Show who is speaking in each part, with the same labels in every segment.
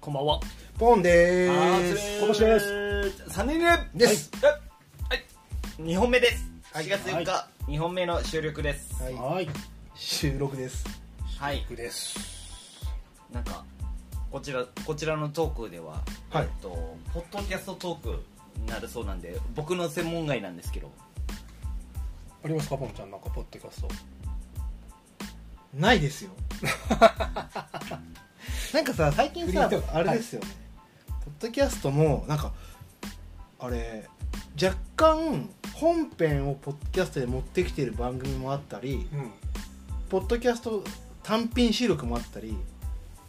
Speaker 1: こんばんは。
Speaker 2: ポンで
Speaker 1: あ
Speaker 2: ーす。今年です。
Speaker 1: す。三年目
Speaker 2: です
Speaker 1: はい。二本目です。
Speaker 2: はい
Speaker 1: 4月4日、二本目の収録です。
Speaker 2: はい、
Speaker 3: はい
Speaker 2: 収録です。
Speaker 1: はい。
Speaker 2: 録です。
Speaker 1: なんかこちらこちらのトークでは、
Speaker 2: はい
Speaker 1: えっとポッドキャストトークになるそうなんで、僕の専門外なんですけど。
Speaker 3: ありますかポンちゃんなんかポッドキャスト
Speaker 2: な いですよ。なんかさ、最近さ
Speaker 3: フリートー、ク
Speaker 2: あれですよね。ポッドキャストも、なんか、あれ、若干、本編をポッドキャストで持ってきてる番組もあったり、
Speaker 3: うん
Speaker 2: ポッドキャスト単品収録もあったり、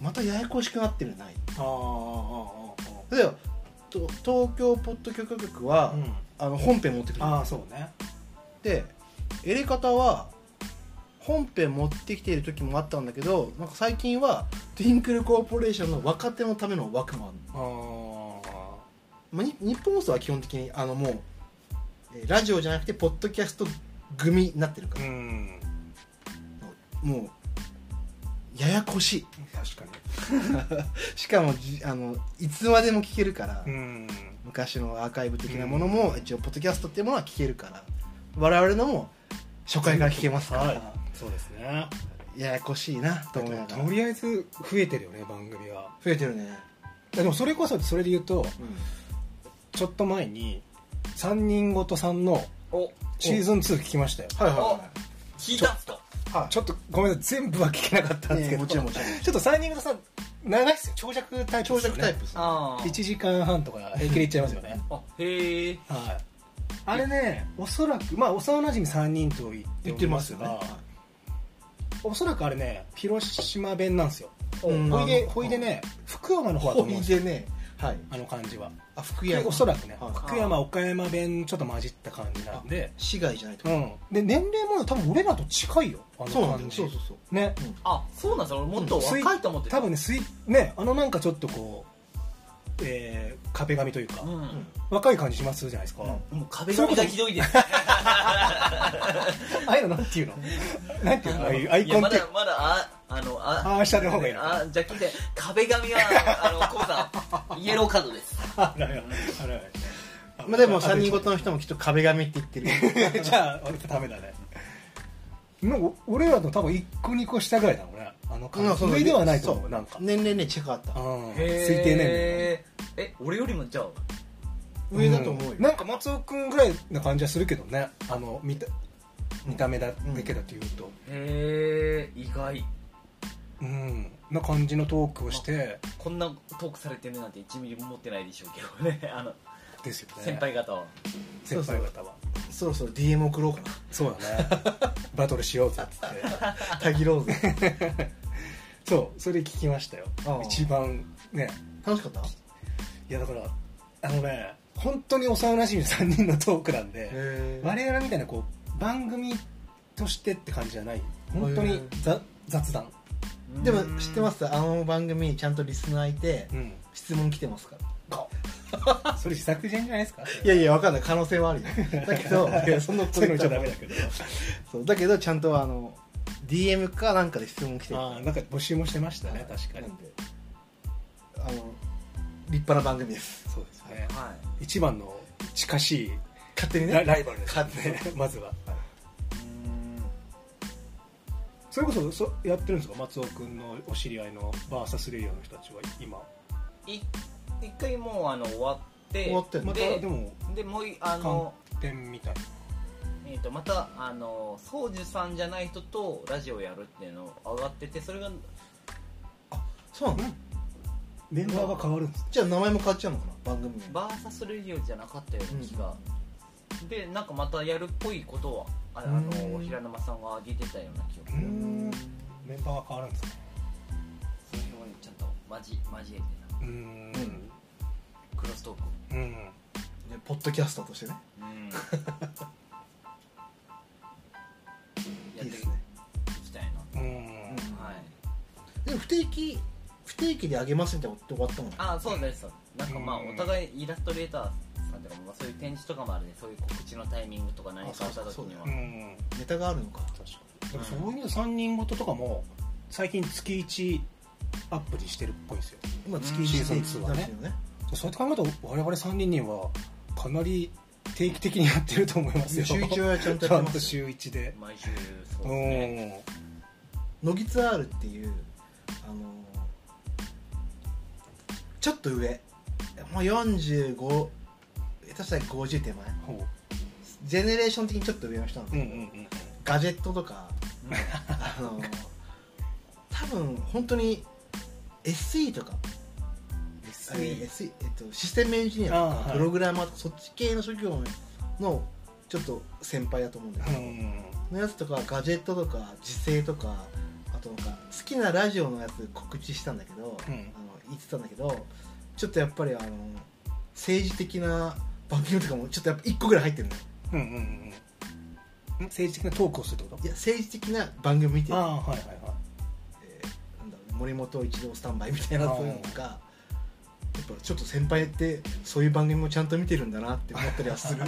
Speaker 2: またややこしくなってるのない
Speaker 3: ああ
Speaker 2: 例えば、と東京ポッド許可局
Speaker 3: ああああ
Speaker 2: は、
Speaker 3: うん
Speaker 2: あの本編持ってくる
Speaker 3: ああそうね
Speaker 2: でエレカタは本編持ってきている時もあったんだけどなんか最近はトゥインクルコーポレーションの若手のための枠もある、
Speaker 3: ああ
Speaker 2: まあ、に日本放送は基本的にあのもうえーラジオじゃなくてポッドキャスト組になってるか
Speaker 3: う
Speaker 2: ら、
Speaker 3: ん
Speaker 2: もうややこしい
Speaker 3: 確か
Speaker 2: しかもじあのいつまでも聞けるから、
Speaker 3: にうん
Speaker 2: 昔のアーカイブ的なものも、一応ポッドキャストっていうものは聞けるから我々のも初回から聞けますから、
Speaker 3: はいそうですね
Speaker 2: ややこしいなと思いながら
Speaker 3: とりあえず増えてるよね番組が
Speaker 2: 増えてるね
Speaker 3: でもそれこそそれで言うと
Speaker 2: うん
Speaker 3: ちょっと前に三人ごとさんの
Speaker 1: お
Speaker 3: シーズン2聞きましたよ
Speaker 2: はい
Speaker 1: 聞いたんすか。
Speaker 2: いはい
Speaker 3: ちょっとごめんなさい全部は聞けなかったんですけ
Speaker 2: ええ
Speaker 3: ど、
Speaker 2: もちろんもちろん
Speaker 3: ちょっと三人ごとさん長いっすよ長尺タイプ
Speaker 2: 長
Speaker 3: ですよ
Speaker 2: 尺
Speaker 3: ね
Speaker 2: タイプさ
Speaker 1: あ
Speaker 3: 1時間半 とか平気でいっちゃいますよね
Speaker 1: あ。あへえ。
Speaker 3: はいあれねおそらくまあ幼馴染三3人と言っておりがおそらくあれね広島弁なんですよ
Speaker 2: うん
Speaker 3: ほいで
Speaker 2: あの
Speaker 3: ほいでね福山の方だと
Speaker 2: ほ
Speaker 3: 思うん
Speaker 2: い
Speaker 3: ですよ
Speaker 2: でねはい
Speaker 3: あの感じは
Speaker 2: あ福山
Speaker 3: おそらくね
Speaker 2: はい
Speaker 3: 福山岡山弁ちょっと混じった感じなんで
Speaker 2: 市外じゃないと
Speaker 3: う
Speaker 2: か
Speaker 3: んで年齢も多分俺らと近いよあ
Speaker 2: そう
Speaker 3: の
Speaker 2: な
Speaker 3: 感
Speaker 2: んだよ
Speaker 3: じ
Speaker 2: そうそうそう
Speaker 3: ね
Speaker 1: あそうなんですよ。俺もっと
Speaker 3: うん
Speaker 1: 若いと思ってた。
Speaker 3: 多分ねスイねあのなんかちょっとこうえー壁紙というか
Speaker 1: うん。
Speaker 3: 若い感じしますじゃないですか
Speaker 2: うん
Speaker 1: もう壁紙がひどいです。
Speaker 3: ああいうのなんて いうのなんていうのああいうアイコ
Speaker 1: いや
Speaker 3: ン
Speaker 1: ま
Speaker 3: って
Speaker 1: だまだああのあ
Speaker 3: ああ下の方がいいなあ
Speaker 1: あじゃあ聞いて壁紙はあのコウさんイエ ローカードです。
Speaker 3: あららあらら
Speaker 2: まあでも3人ごとの人もきっと壁紙って言ってる
Speaker 3: じゃあ俺とダメだねなんか俺らの多分1個2個下ぐらいだもんねあの感じ上ではないと思
Speaker 2: そう
Speaker 3: なんか
Speaker 2: 年齢ね近かった
Speaker 3: うん推
Speaker 1: へ
Speaker 3: 定年
Speaker 1: ーえ俺よりもじゃあ
Speaker 2: 上
Speaker 3: 齢
Speaker 2: だと思うよ
Speaker 3: んなんか松尾君ぐらいな感じはするけどねあの見た見た目だ
Speaker 2: うん
Speaker 3: だけだというと
Speaker 1: へえ意外
Speaker 3: うんな感じのトークをして
Speaker 1: こんなトークされてるなんて1ミリも思ってないでしょうけどね あの
Speaker 3: ですよね
Speaker 1: 先輩方は、
Speaker 3: 先輩方は
Speaker 2: そろそろ DM 送ろうか
Speaker 3: そうだねバトルしようぜっつって
Speaker 2: な たぎろうぜ
Speaker 3: そうそれ聞きましたよ
Speaker 2: ああ
Speaker 3: 一番ね
Speaker 2: 楽しかった
Speaker 3: いやだからあのね本当に幼馴染3人のトークなんで
Speaker 2: へー
Speaker 3: 我々みたいなこう番組としてって感じじゃない本当
Speaker 2: へ
Speaker 3: に
Speaker 2: ー
Speaker 3: ざ雑談
Speaker 2: でも知ってますあの番組ちゃんとリスナーいて
Speaker 3: うん
Speaker 2: 質問来てますから
Speaker 3: こそれ自作人じゃないですか
Speaker 2: いやいやわかんない可能性はあるよ だけどいや そんなこと
Speaker 3: そう いうの言っちゃダメだけど
Speaker 2: そうだけどちゃんとあの DM かなんかで質問来てる
Speaker 3: ああなんか募集もしてましたね確かに
Speaker 2: なんであの立派な番組です
Speaker 3: そうですね
Speaker 1: は
Speaker 3: 一番の近しい
Speaker 2: 勝手に
Speaker 3: ラ
Speaker 2: ね
Speaker 3: ライバルです
Speaker 2: 勝手
Speaker 3: ねまずはい
Speaker 1: うん
Speaker 3: それこそそやってるんですか松尾君のお知り合いのバーサスレイヤーの人たちは今
Speaker 1: い一回もうあの終わって
Speaker 2: 終わってん
Speaker 3: ま
Speaker 2: の
Speaker 3: た
Speaker 1: で
Speaker 3: でも
Speaker 1: でもういあの、
Speaker 3: 点みたいな
Speaker 1: えー、とまたあの宗樹さんじゃない人とラジオやるっていうの上がっててそれが
Speaker 2: そうなの
Speaker 3: メンバーが変わるんです
Speaker 2: じゃあ名前も変わっちゃうのかな番組名
Speaker 1: バーサスレディオじゃなかったような気が、でなんかまたやるっぽいことをああの
Speaker 3: うん
Speaker 1: 平沼さんが挙げてたような記憶
Speaker 3: うーんメンバーが変わるんですか
Speaker 1: その辺はちゃんと交交えて
Speaker 3: うーん
Speaker 1: なクロストークを
Speaker 3: うん
Speaker 2: でポッドキャスターとしてね
Speaker 1: うんやって
Speaker 2: いいで
Speaker 1: い
Speaker 2: すね
Speaker 1: きたいな、
Speaker 3: うん
Speaker 1: はい
Speaker 2: でも不定期不定期であげますみたいなことって終わったもんね
Speaker 1: あそうですそうですなんかまあ
Speaker 3: うん
Speaker 1: お互いイラストレーターさんとかも、まあ、そういう展示とかもあるんでそういう告知のタイミングとか何かあった時には
Speaker 3: うんうん
Speaker 2: ネタがあるのか
Speaker 3: 確かにそういう意味で3人ごととかも最近月1アップにしてるっぽいんですよ
Speaker 2: 今月1
Speaker 3: シー
Speaker 2: ス
Speaker 3: ズ
Speaker 2: テ
Speaker 3: ン
Speaker 2: ー
Speaker 3: 2
Speaker 2: ジ
Speaker 3: は
Speaker 2: なん
Speaker 3: ね
Speaker 2: ですよね
Speaker 3: そうやって考えると我々3人にはかなり定期的にやってると思います
Speaker 2: 週
Speaker 3: よ
Speaker 2: 1はちゃんと
Speaker 3: ち
Speaker 2: や
Speaker 3: ゃ
Speaker 2: っ
Speaker 3: ん
Speaker 2: て
Speaker 3: と
Speaker 2: ます
Speaker 3: 週
Speaker 2: よ
Speaker 3: 1で
Speaker 1: 毎週そう
Speaker 3: う
Speaker 1: ですね
Speaker 3: ん
Speaker 2: 乃木ツアールっていうあのちょっと上もう45下手したら50手前
Speaker 3: ほ
Speaker 2: ジェネレーション的にちょっと上の人なんだ
Speaker 3: うう
Speaker 2: け
Speaker 3: んう
Speaker 2: ど、
Speaker 3: んうん
Speaker 2: ガジェットとかあの多分本当に SE とかあれ SE、えっと、システムエンジニアと
Speaker 3: あー
Speaker 2: か
Speaker 3: はい
Speaker 2: プログラマーとかそっち系の職業のちょっと先輩だと思うんだけど、のやつとかガジェットとか時勢とかあとなんか好きなラジオのやつ告知したんだけど、
Speaker 3: うん
Speaker 2: あの言ってたんだけどちょっとやっぱりあの政治的な番組とかもちょっとやっぱ1個ぐらい入ってるのよ
Speaker 3: うんうんうんうんん政治的なトークをするってこ
Speaker 2: いや政治的な番組見て
Speaker 3: と
Speaker 2: る
Speaker 3: ああーはいはいはい
Speaker 2: えーなんだろうね森本一郎スタンバイみたいなそういうのとかやっぱちょっと先輩ってそういう番組もちゃんと見てるんだなって思ったりは する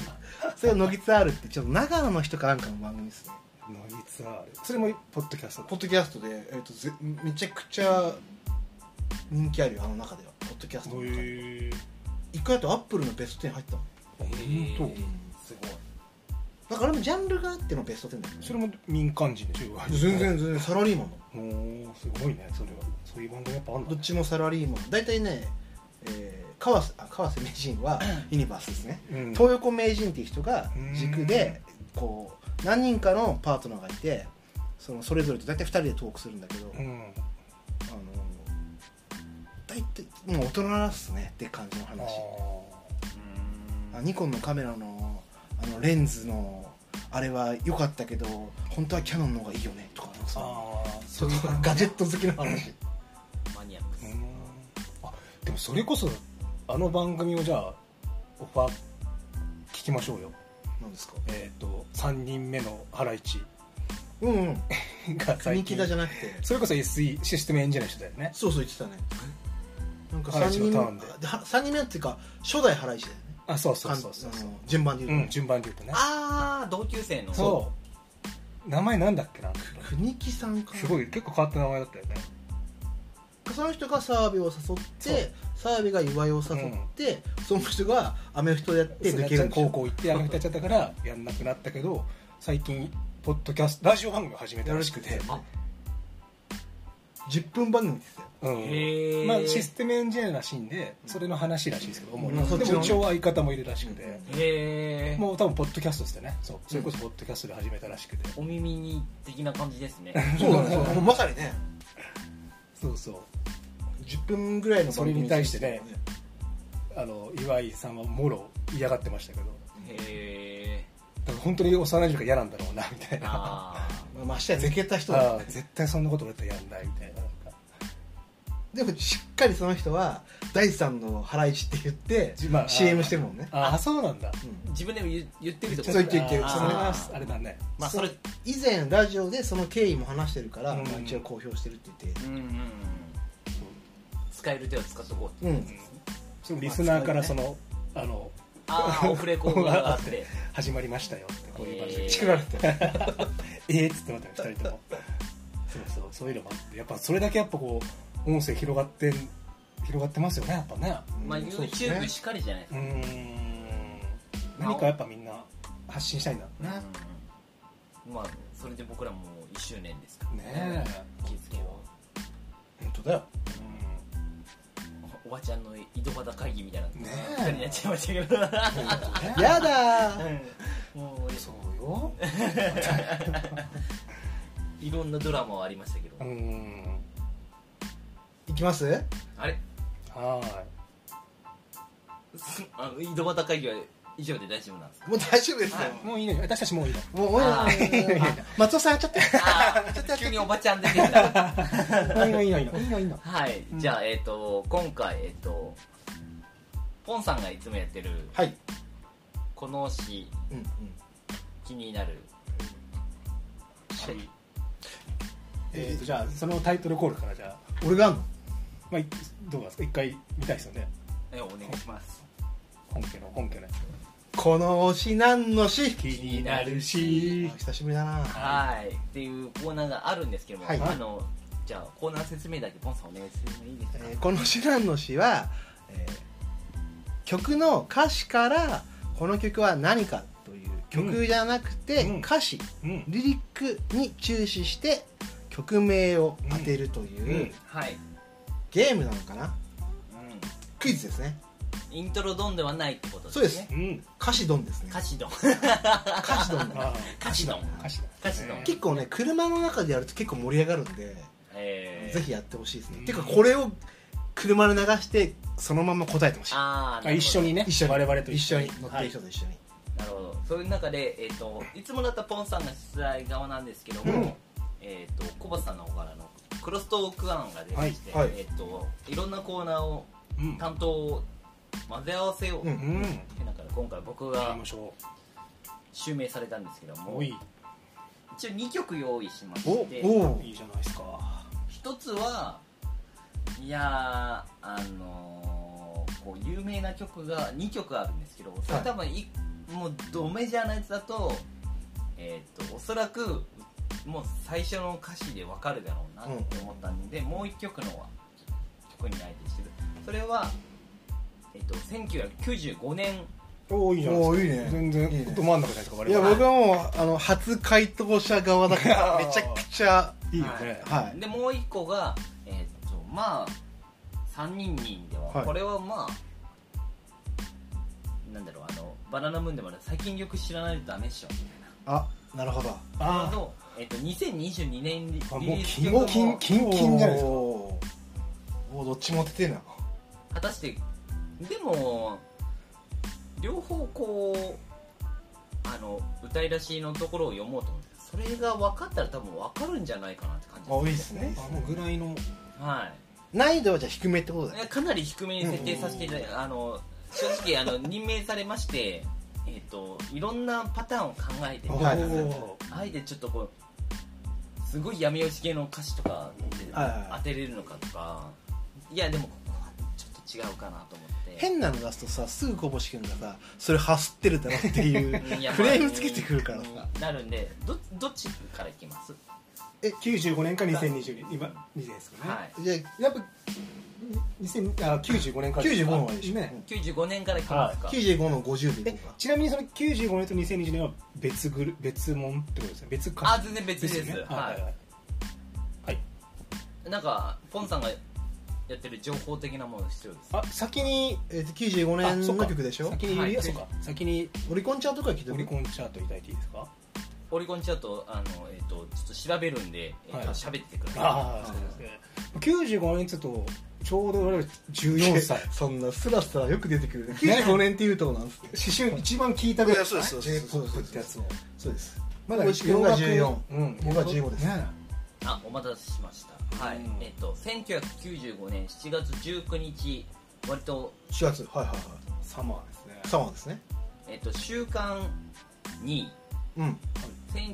Speaker 2: それが乃木ツアールってちょっと長野の人かなんかの番組ですね
Speaker 3: ノイツアールそれもポッドキャストだ
Speaker 2: ポッドキャストで、えー、とぜめちゃくちゃ人気あるよあの中ではポッドキャストの中で
Speaker 3: へえ
Speaker 2: 一回だとアップルのベスト10入ったの
Speaker 1: え
Speaker 3: 本
Speaker 1: ーすごい
Speaker 2: だからあれもジャンルがあってのベスト10だよね
Speaker 3: 当。それも民間人でしょ
Speaker 2: 全然全然サラリーマンだもん
Speaker 3: おおすごいねそれはそういう番組やっぱあんだ
Speaker 2: どっちもサラリーマン大体ね、えー、川瀬あ川瀬名人 はユニバースですね
Speaker 3: うん
Speaker 2: 東横名人っていう人が軸でこう何人かのパートナーがいてそのそれぞれと大体2人でトークするんだけど、
Speaker 3: う
Speaker 2: あの
Speaker 3: ん
Speaker 2: 大体もう大人っすねって感じの
Speaker 3: あ
Speaker 2: 話
Speaker 1: うー
Speaker 2: あ
Speaker 1: ん
Speaker 2: ニコンのカメラのあのレンズのあれは良かったけど本当はキャノンの方がいいよねとかなんか
Speaker 3: ー
Speaker 2: そ
Speaker 3: あーそうう
Speaker 2: い
Speaker 3: いうう
Speaker 2: ちょっとガジェット好きな話
Speaker 1: マニアックです
Speaker 3: うんあでもそれこそあの番組をじゃあオファー聞きましょうよ
Speaker 2: なんですか
Speaker 3: えっ、と3人目のハライチ
Speaker 2: うんうん
Speaker 3: が最
Speaker 2: 人気
Speaker 3: 近
Speaker 2: だじゃなくて
Speaker 3: それこそ SE システムエンジニアの人だよね
Speaker 2: そうそう言ってたねなんか
Speaker 3: ハ
Speaker 2: 3
Speaker 3: ライチの
Speaker 2: 人
Speaker 3: ター
Speaker 2: 目
Speaker 3: ンで
Speaker 2: は三人目っていうか初代ハライチだよね
Speaker 3: あそうそうそうそう
Speaker 2: あの順番で
Speaker 3: う
Speaker 2: 言うと、
Speaker 3: ん順番で言うとね
Speaker 1: ああ同級生の
Speaker 3: そう名前なんだっけな
Speaker 2: 国木さんかな
Speaker 3: すごい結構変わった名前だったよね
Speaker 2: その人が澤部を誘って澤部が岩井を誘って、その人がアメフトやって抜けるんでしょ
Speaker 3: 高校行ってやめたちゃったからやんなくなったけど最近ポッドキャストラジオ番組を始めたらしくて、
Speaker 1: あ
Speaker 2: 10分番組ですよ
Speaker 3: うん
Speaker 1: へえ
Speaker 3: まあ、システムエンジニアらしいんでそれの話らしいですけど主に、
Speaker 2: うんそっちの
Speaker 3: でも一応相方もいるらしくて、
Speaker 1: へえ
Speaker 3: もう多分ポッドキャストですよねそうそれこそポッドキャストで始めたらしくて、
Speaker 1: お耳に的な感じですね
Speaker 2: そうだねそうだねまさにね
Speaker 3: そうそう
Speaker 2: 10分ぐらいの番組
Speaker 3: それに対してねあの岩井さんはもろ嫌がってましたけど
Speaker 1: へえ
Speaker 3: だから本当に幼い時から嫌なんだろうなみたいなあ
Speaker 1: ああ
Speaker 2: まあましてや抜けた人だ
Speaker 3: あ
Speaker 2: からね
Speaker 3: 絶対そんなこと俺だったらやんないみたいななんか
Speaker 2: でもしっかりその人は第三のハライチって言って
Speaker 3: じまあ
Speaker 2: CM してるもんね
Speaker 3: ああそうなんだ
Speaker 2: うん
Speaker 1: 自分でも言言ってるってこと
Speaker 2: そう言ってる言ってる
Speaker 3: あ
Speaker 1: あー
Speaker 3: それはあれだね
Speaker 1: まあそれ
Speaker 2: う以前ラジオでその経緯も話してるから、
Speaker 3: うん
Speaker 2: まあ、一応公表してるって言って
Speaker 1: うんうんうん使える手を使っとこうって
Speaker 2: うん、
Speaker 3: そのリスナーからその、あの
Speaker 1: ああオフレコードがあって
Speaker 3: 始まりましたよってこういう番
Speaker 1: え
Speaker 3: 組
Speaker 1: ー
Speaker 2: チクられてる
Speaker 3: ええっつってまた2人ともそうそうそういうのもあってやっぱそれだけやっぱこう音声広がって広がってますよねやっぱね
Speaker 1: まあ
Speaker 2: うんそうですね
Speaker 1: YouTube しかりじゃないです
Speaker 3: う
Speaker 1: か
Speaker 3: ーん何かやっぱみんな発信したいんだろうね
Speaker 1: うんまあそれで僕らもう1周年ですから
Speaker 3: ね
Speaker 1: 気づけば
Speaker 2: 本当だよ
Speaker 3: えうん
Speaker 1: おばちゃんの井戸端会議みたいな
Speaker 3: ねえ
Speaker 1: 二人になっちゃいましたけど
Speaker 2: やだー
Speaker 1: うんもう
Speaker 3: そうよ
Speaker 1: いろんなドラマはありましたけど
Speaker 3: うーん
Speaker 2: いきます
Speaker 1: あれ
Speaker 3: は
Speaker 1: すあの井戸端会議は以上で大丈夫なんですか
Speaker 2: もう大丈夫ですよ、
Speaker 3: ーいもういいのよ私たちもういいの
Speaker 2: もうおいおいおいおい
Speaker 1: あー
Speaker 2: あ松尾さんやっちゃった
Speaker 1: あー急におばちゃん出てきた
Speaker 3: いいのいいのいい のいいのいいの
Speaker 1: はい、じゃあ、えっ、と、今回、えっ、と、ポンさんがいつもやってる、
Speaker 2: はい、
Speaker 1: この詩、
Speaker 2: うんうん、
Speaker 1: 気になる。
Speaker 3: えーとじゃあそのタイトルコールからじゃあ
Speaker 2: 俺があんの
Speaker 3: まあ、いどうなんですか一回見たいですよね
Speaker 1: え、お願いします。
Speaker 3: 本家の本家のや
Speaker 2: この推しなんのし
Speaker 3: つ気になるし
Speaker 2: 久しぶりだな
Speaker 1: はい、っていうコーナーがあるんですけども、
Speaker 2: はい
Speaker 1: あの、じゃあコーナー説明だけポンさんお願いしてもいいですか、
Speaker 2: えーこの「シナンの詩は」えー曲の歌詞からこの曲は何かという曲じゃなくて、
Speaker 3: うん
Speaker 2: 歌詞
Speaker 3: うん
Speaker 2: リリックに注視して曲名を当てるという、
Speaker 3: うん
Speaker 1: はい、
Speaker 2: ゲームなのかなクイズですね
Speaker 1: イントロドンではないってことです
Speaker 2: そうで
Speaker 1: ね
Speaker 2: す
Speaker 3: うん
Speaker 2: 歌詞ドンですね
Speaker 1: 歌詞ドン
Speaker 2: 歌詞ドンだ
Speaker 3: あ
Speaker 1: 歌詞ドン
Speaker 3: あ歌詞だ
Speaker 1: 歌詞の
Speaker 3: ね
Speaker 2: 結構ね車の中でやると結構盛り上がるんで、
Speaker 1: えー、
Speaker 2: ぜひやってほしいですね、
Speaker 3: うん
Speaker 2: ていうかこれを車で流してそのまま答えてほしい
Speaker 1: あー
Speaker 3: あ一緒にね
Speaker 2: 一緒に
Speaker 3: 我々と
Speaker 2: 一緒に乗って
Speaker 3: は
Speaker 2: る
Speaker 3: い
Speaker 2: 人と一緒に、
Speaker 1: なるほどそういう中で、えー、といつもだったらポンさんが出題側なんですけども、
Speaker 3: うん
Speaker 1: えー、と小畑さんの方からのクロストーク案が出まして、
Speaker 2: はいはい
Speaker 1: えー、といろんなコーナーを
Speaker 3: うん
Speaker 1: 担当を混ぜ合わせを、
Speaker 2: う
Speaker 3: う
Speaker 2: ん
Speaker 3: ん
Speaker 1: だから今回僕
Speaker 3: や
Speaker 1: が
Speaker 3: りましょ
Speaker 1: 襲名されたんですけど
Speaker 3: う
Speaker 1: も
Speaker 3: おい
Speaker 1: 一応2曲用意しまし
Speaker 2: お
Speaker 1: て
Speaker 2: お
Speaker 3: いいじゃないですか
Speaker 1: 一つはいやーあのーこう有名な曲が2曲あるんですけどそれ多分い、もうドメジャーなやつだと,、えー、とおそらくもう最初の歌詞でわかるだろうなって思ったんで、もう1曲のは曲に内定してるそれは、えー、と1995年
Speaker 3: おおいいじゃないですか
Speaker 2: おーいいね
Speaker 3: 全
Speaker 2: いいね
Speaker 3: 然ど真ん中じゃないですか
Speaker 2: い
Speaker 3: 我
Speaker 2: や
Speaker 3: 々
Speaker 2: 僕はもうあの初回答者側だから
Speaker 3: いやー
Speaker 2: めちゃくちゃ
Speaker 3: いいよね
Speaker 2: は
Speaker 1: でもう1個が、えー、とまあ3人人では、
Speaker 2: はい
Speaker 1: これはまあなんだろうあのバナナムーンでもある最近よく知らないとダメっしょみたいな
Speaker 2: あなるほど
Speaker 1: あ
Speaker 3: あ
Speaker 1: の、えっと、2022年リリ
Speaker 3: あもう
Speaker 1: ース
Speaker 3: 金
Speaker 1: 曲
Speaker 3: も金
Speaker 1: も
Speaker 3: 金金じゃないですか
Speaker 2: おーおーどっちも当ててんな
Speaker 1: 果たしてでも両方こうあの歌い出しのところを読もうと思ってそれが分かったら多分分かるんじゃないかなって感じ
Speaker 2: あいい
Speaker 1: で
Speaker 2: ですすね
Speaker 3: あのぐらいの
Speaker 1: は
Speaker 2: 難易度はじゃあ低めってことだ
Speaker 1: い
Speaker 2: よ
Speaker 1: えかなり低めに設定させていただいてあの正直あの任命されましてえっといろんなパターンを考えて
Speaker 3: お
Speaker 2: はい
Speaker 3: お
Speaker 1: あえてちょっとこうすごい闇落ち系の歌詞とかで
Speaker 2: はいはいはい
Speaker 1: 当てれるのかとかいやでもここはちょっと違うかなと思って
Speaker 2: 変なの出すとさすぐこぼし君がさそれ走ってるだろっていう
Speaker 1: いや
Speaker 2: フレームつけてくるから
Speaker 1: ま
Speaker 2: さ
Speaker 1: あうんなるんでどどっちからいきます、
Speaker 3: 95年か2020年今20ですかね
Speaker 1: はい
Speaker 2: じゃ
Speaker 3: やっぱ2000あ95年
Speaker 2: あ
Speaker 3: からです
Speaker 2: 95
Speaker 3: か
Speaker 2: の方がいいでしょ、
Speaker 3: ね
Speaker 1: 95年からいきますか、
Speaker 2: うん95の50でい
Speaker 3: え
Speaker 2: こうか
Speaker 3: ちなみにその95年と2020年は別グル別門ってことですね別
Speaker 1: あ
Speaker 3: か
Speaker 1: 全然別です
Speaker 3: ね
Speaker 1: は
Speaker 3: はいいはいはい
Speaker 1: なんかポンさんがやってる情報的なもの必要です
Speaker 3: あ先に
Speaker 2: えっと95
Speaker 3: あ
Speaker 2: 年
Speaker 3: そっ
Speaker 2: の
Speaker 3: か
Speaker 2: 曲でしょ
Speaker 3: 先に
Speaker 1: はい
Speaker 3: いやそうか先に
Speaker 2: オリコンチャートから聞いて
Speaker 3: オリ
Speaker 2: る
Speaker 3: コンチャートいただいていいですか
Speaker 1: オリコンチャートあの、えっとちょっと調べるんで、えっと
Speaker 3: はい
Speaker 1: 喋ってくださ
Speaker 3: ああそうですね95年ちょっとちょうど俺ら14歳
Speaker 2: そんなスラスラよく出てくるね95年って いうとなんすね
Speaker 3: 思春一番聞いたぐらい
Speaker 2: いやそうですそうです
Speaker 3: J−POP ってやつを
Speaker 2: そうです
Speaker 3: まだ
Speaker 2: 大石君が14
Speaker 3: うん
Speaker 2: 僕は15です
Speaker 3: ね
Speaker 1: いあお待たせしましたはい、
Speaker 3: うん
Speaker 1: えっと1995年7月19日割と
Speaker 2: 4月はいはいは
Speaker 3: サマーですね
Speaker 2: いサマーですね
Speaker 1: えっと週間2位
Speaker 2: うん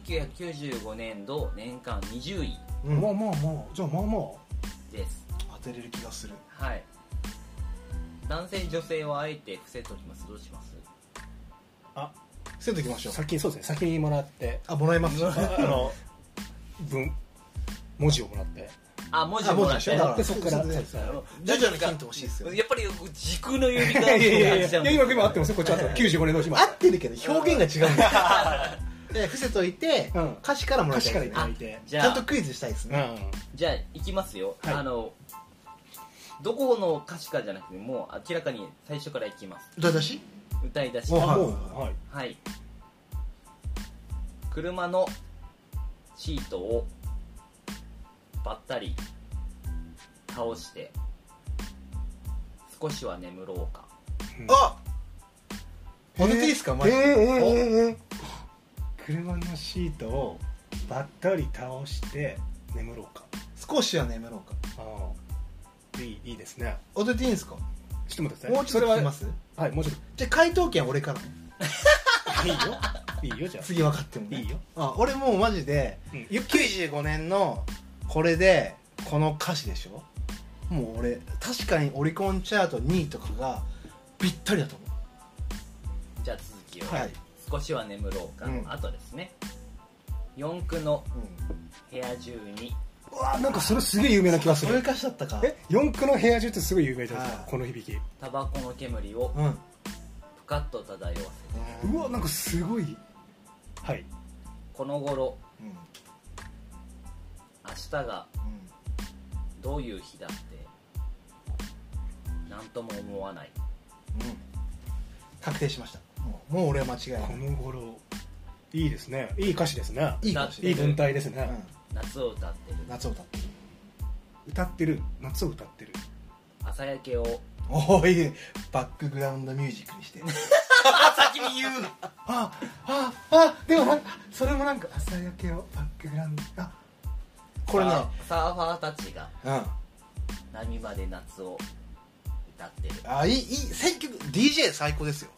Speaker 1: 1995年度年間20位
Speaker 2: うん
Speaker 3: まあまあまあじゃあまあまあ
Speaker 1: です
Speaker 2: 当てれる気がする
Speaker 1: はい男性女性はあえて伏せときますどうします
Speaker 2: せんときましょう
Speaker 3: 先にそうですね先にもらって
Speaker 2: あもらいます
Speaker 3: ああの文文字をもらって
Speaker 1: あ文字
Speaker 2: あ
Speaker 1: も
Speaker 2: 文字
Speaker 1: ら
Speaker 2: で
Speaker 1: っ
Speaker 2: してょだか
Speaker 3: でそっから
Speaker 2: らそうですね
Speaker 3: そうですね
Speaker 2: 徐々にヒント欲しいですよね
Speaker 1: やっぱり時空の指が
Speaker 3: いやいやいやい
Speaker 1: 感じちゃうん
Speaker 3: や
Speaker 1: です
Speaker 3: 今今合ってますよこっち合ってます95年の今
Speaker 2: 合ってるけど表現が違うんだ よで伏せといて
Speaker 3: うん
Speaker 2: 歌詞からもらい
Speaker 3: 歌詞
Speaker 2: たい
Speaker 3: か
Speaker 2: で
Speaker 3: らい
Speaker 2: すね
Speaker 3: ただいて
Speaker 1: じ
Speaker 2: ち
Speaker 1: ゃ
Speaker 2: ゃんと
Speaker 1: あ
Speaker 2: クイズしたいです
Speaker 3: うん
Speaker 2: ね
Speaker 1: じゃあいきますよ、
Speaker 3: はい
Speaker 1: あのどこの歌詞かじゃなくてもう明らかに最初からいきます
Speaker 2: 歌出し
Speaker 1: 歌い出し
Speaker 2: お
Speaker 1: は、
Speaker 2: はいい
Speaker 3: はい
Speaker 1: 車のシートをばったり倒して少しは眠ろうか
Speaker 2: あ当てていいですかマジで
Speaker 3: えーえーえーえー車のシートをばったり倒して眠ろうか
Speaker 2: 少しは眠ろうか
Speaker 3: ああいいいいですね
Speaker 2: 当てていいんですか
Speaker 3: ちょっと待ってください
Speaker 2: もうちょっと聞きま
Speaker 3: そ
Speaker 2: す
Speaker 3: れははいもうちょっ
Speaker 2: じゃあ回答権俺からね
Speaker 3: といいよいいよじゃ
Speaker 2: 次分かっても
Speaker 3: あ
Speaker 2: ね
Speaker 3: いいよ、
Speaker 2: あ俺もうマジで
Speaker 3: うん、ゆっくり
Speaker 2: 95年のこれでこの歌詞でしょもう俺確かにオリコンチャート2位とかがぴったりだと思
Speaker 1: じゃあ続きを、
Speaker 2: うはい、
Speaker 1: 少しは眠ろうか、
Speaker 2: うん
Speaker 1: あとですね四駆の
Speaker 2: うん
Speaker 1: 部屋中に
Speaker 3: うわなんかそれすげえ有名な気がす
Speaker 2: そういう
Speaker 3: る
Speaker 2: 歌詞だったか
Speaker 3: え四駆の部屋中ってすごい有名じゃないです
Speaker 2: は
Speaker 3: か
Speaker 2: い
Speaker 3: この響き
Speaker 1: タバコの煙を
Speaker 2: うん
Speaker 1: ぷかっと漂わせ
Speaker 3: うわなんかすごいはい
Speaker 1: この頃
Speaker 2: うんうん
Speaker 1: 明日がどういう日だって何とも思わない
Speaker 2: うん確定しましたもうもう俺は間違いない
Speaker 3: この頃いいですねいい歌詞ですね
Speaker 2: いいかもし
Speaker 3: い
Speaker 2: れ
Speaker 3: い
Speaker 2: ない
Speaker 3: 文体ですね、
Speaker 2: うん
Speaker 1: 夏を歌ってる
Speaker 2: 夏を歌ってる
Speaker 3: 歌ってる夏を歌ってる
Speaker 1: 朝焼けを
Speaker 2: おおいいバックグラウンドミュージックにして
Speaker 1: 先に言う
Speaker 3: あ
Speaker 2: ああでもなんかそれもなんか朝焼けをバックグラウンドあこれね
Speaker 1: サーサーファーたちが
Speaker 2: うん
Speaker 1: 波まで夏を歌ってる
Speaker 2: あいいいい選曲 DJ 最高ですよ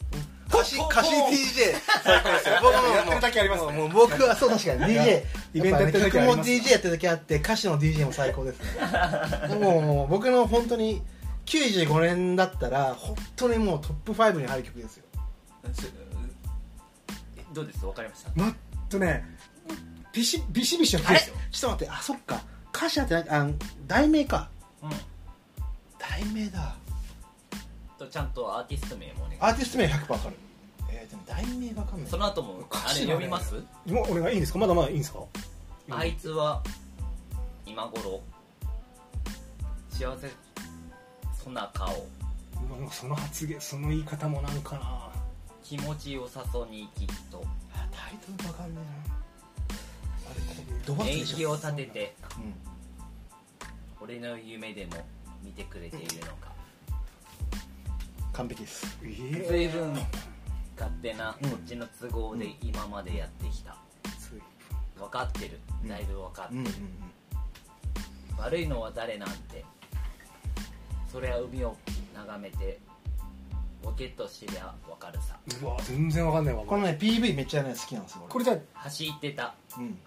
Speaker 2: 歌詞歌詞 DJ 最高ですよ僕も
Speaker 3: やってるだけありますね
Speaker 2: もう 僕はそう確かに DJ
Speaker 3: イベントやってる時あ
Speaker 2: やぱね
Speaker 3: り
Speaker 2: 曲も
Speaker 3: ますね
Speaker 2: DJ やってる時あって歌詞の DJ も最高 ですねでももう僕の本当に95年だったら本当にもうトップ5に入る曲ですよ
Speaker 1: すえどうですわかりました
Speaker 3: まっとねビシビシビシやって
Speaker 2: あ
Speaker 3: るん
Speaker 2: れ
Speaker 3: ですよ
Speaker 2: ちょっと待ってあそっか歌詞だってなんかあの題名か
Speaker 1: うん
Speaker 2: 題名だ
Speaker 1: とちゃんとアーティスト名もお願い
Speaker 2: アーティスト名100%わかるえー、でも題名わかんない
Speaker 1: その後もあれ読みます
Speaker 3: もうお願いいいんですかまだまだいいんですか
Speaker 1: あいつは今頃幸せそんな顔
Speaker 3: うわなんかその発言その言い方もなんかな
Speaker 1: 気持ちよさそうにきっと
Speaker 2: あタイトルわかんねえなあれこれドバッ
Speaker 1: 演
Speaker 2: でし
Speaker 1: 技
Speaker 2: ょ、
Speaker 1: を立てて
Speaker 2: うん
Speaker 1: 俺の夢でも見てくれているのか
Speaker 2: 完璧です
Speaker 3: え
Speaker 1: 随分勝手な
Speaker 2: うん
Speaker 1: こっちの都合で今までやってきた
Speaker 3: 随分
Speaker 1: 分かってる
Speaker 2: うん
Speaker 1: だいぶ分かってる
Speaker 2: ん
Speaker 1: 悪いのは誰なんてそりゃ海を眺めてボケっとしてりゃ分かるさ
Speaker 3: うわ全然わかんないわ
Speaker 2: このね PV めっちゃね好きなんですよ俺
Speaker 3: これじゃあ
Speaker 1: 走ってた
Speaker 2: うん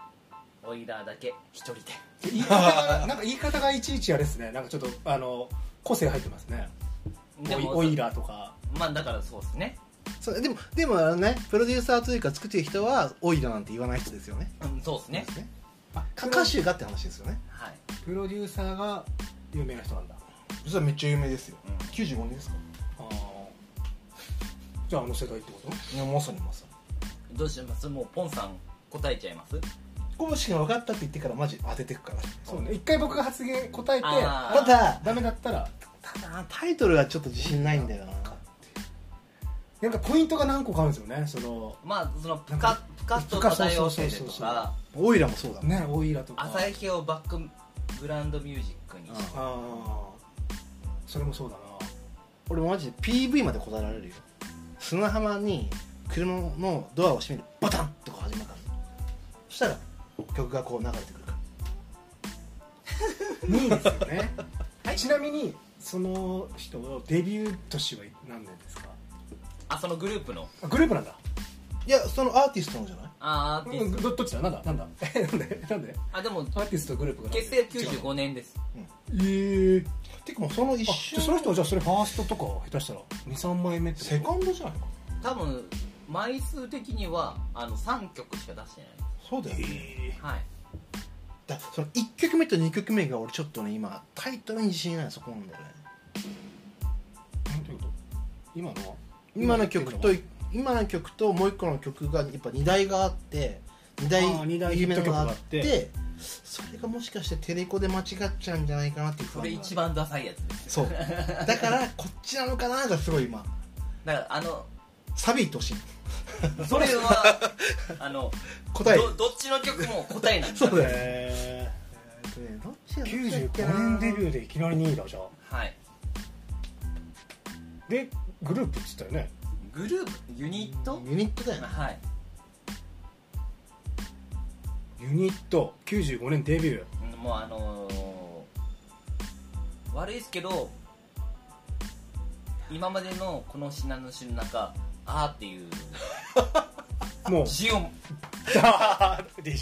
Speaker 1: オイラーだけ一人で
Speaker 3: 言い方がなんか言い方がいちいちあれですねなんかちょっとあの個性入ってますね
Speaker 1: で
Speaker 3: オイ
Speaker 1: も
Speaker 3: オイラーとか
Speaker 1: まあだからそうですね
Speaker 2: そうでもでもあのねプロデューサーというか作ってる人はオイラなんて言わない人ですよね
Speaker 1: うんそうですね
Speaker 2: そうですね
Speaker 3: あ
Speaker 2: か歌手がって話ですよね
Speaker 1: はい、
Speaker 3: プロデューサーが有名な人なんだ
Speaker 2: 実はめっちゃ有名ですよ
Speaker 1: うん
Speaker 2: 95年ですか
Speaker 3: あーじゃああの世代ってこと
Speaker 2: いやまさにまさに
Speaker 1: どうしますもうポンさん答えちゃいます
Speaker 2: 小星が分かったって言ってからマジ当ててくから
Speaker 3: そうね一回僕が発言答えて
Speaker 1: あー
Speaker 2: ただ
Speaker 3: ダメだったら
Speaker 2: ただタイトルはちょっと自信ないんだよな
Speaker 3: なんかポイントが何個かあるんですよねその
Speaker 1: まあそのプカプカッと漂わせてと
Speaker 3: そうそうそうそう
Speaker 1: か
Speaker 2: オイラもそうだね
Speaker 3: ねオイラとか
Speaker 1: 朝焼けをバックグラウンドミュージックにして
Speaker 3: ああそれもそうだな
Speaker 2: 俺マジで PV までこだわられるよ砂浜に車のドアを閉めるバタンとか始まるからそしたら曲がこう流れてくるから
Speaker 3: 2位ですよね、ちなみにその人のデビュー年は何年ですか
Speaker 1: あそのグループの
Speaker 3: あグループなんだ
Speaker 2: いやそのアーティストのじゃない
Speaker 1: あーアーティ
Speaker 3: う
Speaker 1: ス
Speaker 3: ん
Speaker 1: ト
Speaker 3: どどっちだなんだなんだえなんでなんで
Speaker 1: あでも
Speaker 3: アーティストとグループが
Speaker 1: 結成95年です
Speaker 3: ええ
Speaker 2: てかもうその一
Speaker 3: あじゃあその
Speaker 2: 瞬
Speaker 3: 人はじゃあそれファーストとか下手したら23枚目ってこと
Speaker 2: セカンドじゃないか
Speaker 1: 多分枚数的にはあの3曲しか出してな
Speaker 2: そうだよ、ね
Speaker 3: え
Speaker 1: いはい
Speaker 2: だその1曲目と2曲目が俺ちょっとね今タイトルに自信ないそこなんだよね
Speaker 3: ーなんていうこと今のは
Speaker 2: 今の曲と
Speaker 3: あ
Speaker 2: 今の曲ともう一個の曲がやっぱ2台があって2
Speaker 3: あ
Speaker 2: 台
Speaker 3: ー二大ヒット曲があって
Speaker 2: 有名なのがあってそれがもしかしてテレコで間違っちゃうんじゃないかなっていう不
Speaker 1: そ
Speaker 2: 安があ
Speaker 1: れ
Speaker 2: る
Speaker 1: 一番ダサいやつです
Speaker 2: そうだからこっちなのかながすごい今
Speaker 1: だから あの
Speaker 2: サビいってほしい
Speaker 1: それはあの
Speaker 2: 答え
Speaker 1: どどっちの曲も答えなんです
Speaker 2: そうだよね
Speaker 3: え
Speaker 2: えーっとねどっちだ
Speaker 3: ー、95年デビューでいきなり2位だじゃあ
Speaker 1: はい
Speaker 3: でグループっつったよね
Speaker 1: グループユニット
Speaker 2: ユニットだよね
Speaker 1: はい、
Speaker 3: ユニット95年デビュー
Speaker 1: うんもうあのー悪いですけど今までのこの品の種の中あーっていう
Speaker 3: もう
Speaker 1: 字を
Speaker 3: DJ 待って